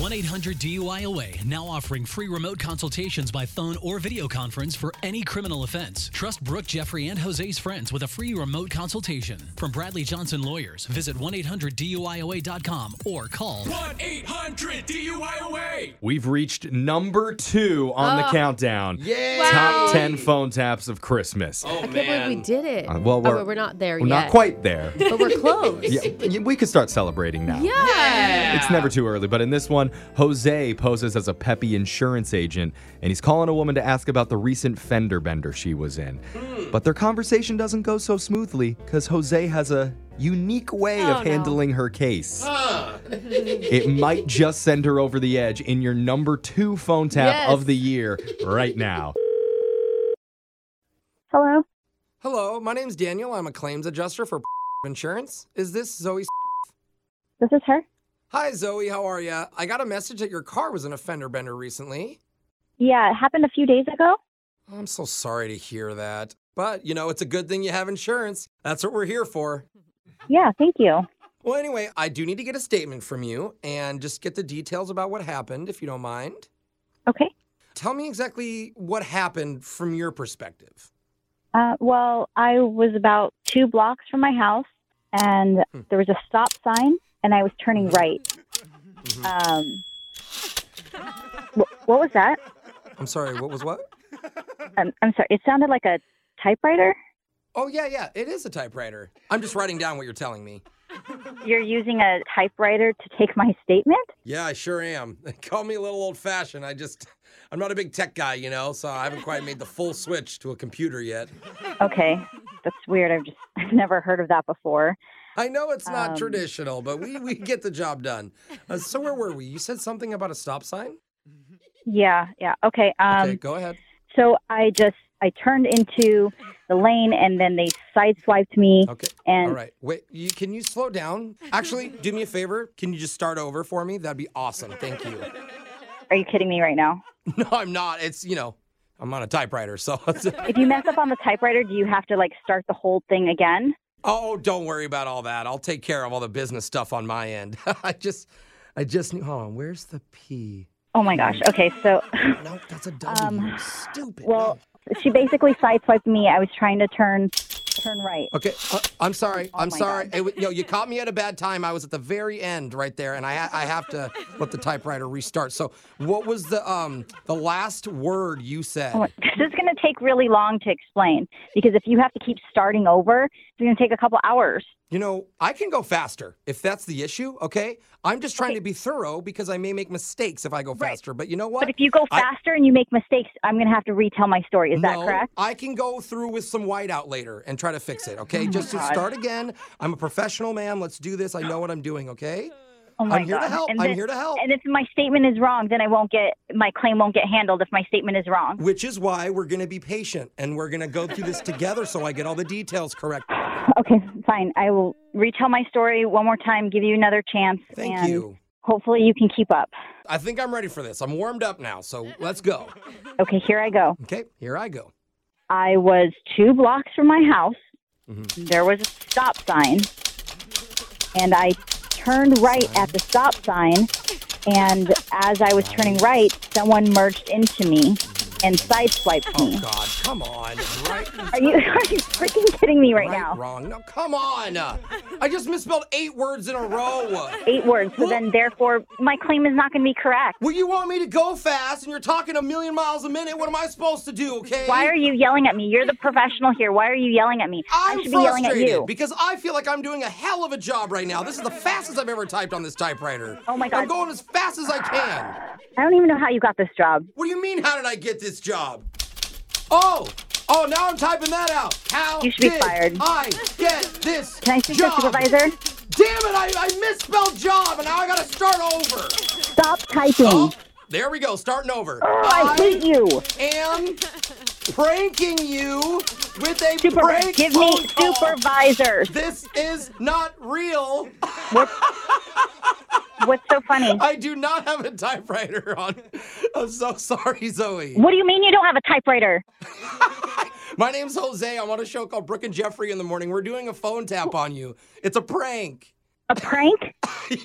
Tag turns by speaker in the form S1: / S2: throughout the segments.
S1: 1 800 DUIOA now offering free remote consultations by phone or video conference for any criminal offense. Trust Brooke, Jeffrey, and Jose's friends with a free remote consultation. From Bradley Johnson Lawyers, visit 1 800 DUIOA.com or call
S2: 1 800 DUIOA.
S3: We've reached number two on
S4: Oh.
S3: the countdown.
S5: Yay!
S3: Top 10 phone taps of Christmas.
S5: Oh,
S4: I can't believe we did it.
S3: Uh, well,
S4: Oh,
S3: we're-
S4: but we're not there
S3: We're
S4: yet.
S3: not quite there.
S4: But we're close.
S3: yeah, y- we could start celebrating now.
S4: Yeah.
S3: It's never too early, but in this one, Jose poses as a peppy insurance agent and he's calling a woman to ask about the recent fender bender she was in.
S4: Hmm.
S3: But their conversation doesn't go so smoothly because Jose has a unique way
S4: Oh, no.
S3: of handling her case. it might just send her over the edge in your number two phone tap
S4: Yes.
S3: of the year right now.
S6: Hello.
S5: Hello, my name's Daniel. I'm a claims adjuster for insurance. Is this Zoe?
S6: This is her.
S5: Hi, Zoe. How are ya? I got a message that your car was in a fender bender recently. Oh,
S6: Yeah, it happened a few days ago.
S5: I'm so sorry to hear that. But, you know, it's a good thing you have insurance. That's what we're here for.
S6: Yeah, thank you.
S5: Well, anyway, I do need to get a statement from you and just get the details about what happened, if you don't mind.
S6: Okay.
S5: Tell me exactly what happened from your perspective.
S6: Uh, well, I was about two blocks from my house, and
S5: Hmm.
S6: there was a stop sign, and I was turning right.
S5: Mm-hmm.
S6: Um, wh- what was that?
S5: I'm sorry, what was what?
S6: I'm, I'm sorry. It sounded like a typewriter.
S5: Oh, yeah, yeah, it is a typewriter. I'm just writing down what you're telling me.
S6: You're using a typewriter to take my statement.
S5: Yeah, I sure am. Call me a little old fashioned. I just, I'm not a big tech guy, you know, so I haven't quite made the full switch to a computer yet.
S6: Okay, that's weird. I've just I've never heard of that before.
S5: I know it's not
S6: Um.
S5: traditional, but we, we get the job done. Uh, so, where were we? You said something about a stop sign?
S6: Yeah, yeah. Okay. Um,
S5: okay, go ahead.
S6: So I just I turned into the lane, and then they sideswiped me.
S5: Okay.
S6: And
S5: All right. Wait, you, can you slow down? Actually, do me a favor. Can you just start over for me? That'd be awesome. Thank you.
S6: are you kidding me right now?
S5: No, I'm not. It's, you know, I'm on a typewriter, so. it's-
S6: If you mess up on the typewriter, do you have to like start the whole thing again?
S5: oh, don't worry about all that. I'll take care of all the business stuff on my end. I just, I just knew. Hold on. Where's the P?
S6: Oh my gosh. Okay, so
S5: No, that's a W.
S6: Um,
S5: Stupid.
S6: well,
S5: no.
S6: she basically sideswiped me. I was trying to turn turn right.
S5: Okay, uh, I'm sorry.
S6: Oh
S5: I'm
S6: my
S5: sorry.
S6: God.
S5: It, wa- no, you caught me at a bad time. I was at the very end right there, and I ha- I have to let the typewriter restart. So, what was the um the last word you said?
S6: Oh my- This is going to take really long to explain because if you have to keep starting over, it's going to take a couple hours.
S5: You know, I can go faster if that's the issue, okay? I'm just trying to be thorough because I may make mistakes if I go faster. But you know what?
S6: But if you go
S5: I-
S6: faster and you make mistakes, I'm going to have to retell my story. Is that
S5: no,
S6: correct? Oh
S5: I can go through with some whiteout later and try to fix it, okay? just to
S6: God.
S5: start again. I'm a professional, ma'am. Let's do this. I know what I'm doing, okay?
S6: Oh my
S5: I'm here
S6: God.
S5: to help.
S6: And
S5: I'm
S6: then-
S5: here to help.
S6: And if my statement is wrong, then I won't get my claim won't get handled if my statement is wrong.
S5: Which is why we're going to be patient and we're going to go through this together so I get all the details correct.
S6: Oh, Okay, fine. I will retell my story one more time, give you another chance,
S5: Thank
S6: and
S5: you.
S6: hopefully you can keep up.
S5: I think I'm ready for this. I'm warmed up now, so let's go.
S6: Okay, here I go.
S5: Okay, here I go.
S6: I was two blocks from my house. There was a stop sign, and I turned right at the stop sign. And as I was turning right, someone merged into me and sideswiped me.
S5: Oh, God, come on. Right
S6: Are you are you freaking kidding me right,
S5: right,
S6: now?
S5: wrong. No, come on. I just misspelled eight words in a row.
S6: Eight words. So then, therefore, my claim is not going to be correct.
S5: Well, you want me to go fast, and you're talking a million miles a minute. What am I supposed to do? Okay.
S6: Why are you yelling at me? You're the professional here. Why are you yelling at me?
S5: I'm
S6: I should be
S5: frustrated
S6: yelling at you.
S5: because I feel like I'm doing a hell of a job right now. This is the fastest I've ever typed on this typewriter.
S6: Oh my
S5: I'm
S6: God.
S5: going as fast as I can.
S6: I don't even know how you got this job.
S5: What do you mean? How did I get this job? Oh, oh, now I'm typing that out. How
S6: You should be
S5: did
S6: fired.
S5: I get this
S6: Can I speak
S5: job?
S6: to a supervisor?
S5: Damn it! I, I misspelled job, and now I gotta start over.
S6: Stop typing.
S5: Oh, there we go. Starting over.
S6: Oh, I hate you.
S5: am pranking you with a
S6: Super,
S5: prank
S6: give
S5: phone
S6: me
S5: call.
S6: supervisor.
S5: This is not real.
S6: What's so funny?
S5: I do not have a typewriter on. I'm so sorry, Zoe.
S6: What do you mean you don't have a typewriter?
S5: My name's Jose. I'm on a show called Brooke and Jeffrey in the morning. We're doing a phone tap on you. It's a prank.
S6: A prank?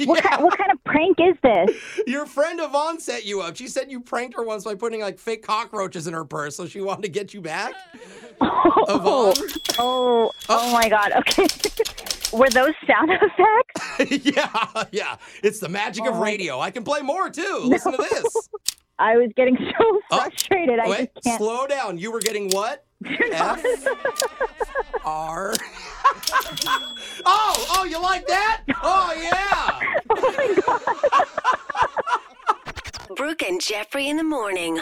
S6: What, kind, what kind of prank is this?
S5: Your friend Yvonne set you up. She said you pranked her once by putting like fake cockroaches in her purse, so she wanted to get you back.
S6: Oh, oh, oh my God. Okay. Were those sound effects?
S5: yeah, yeah. It's the magic of radio. I can play more too. Listen to this.
S6: I was getting so frustrated. I
S5: Uh, Wait,
S6: just can't.
S5: slow down. You were getting what? F R. oh, oh, you like that? Oh yeah.
S4: Brooke and Jeffrey in the morning.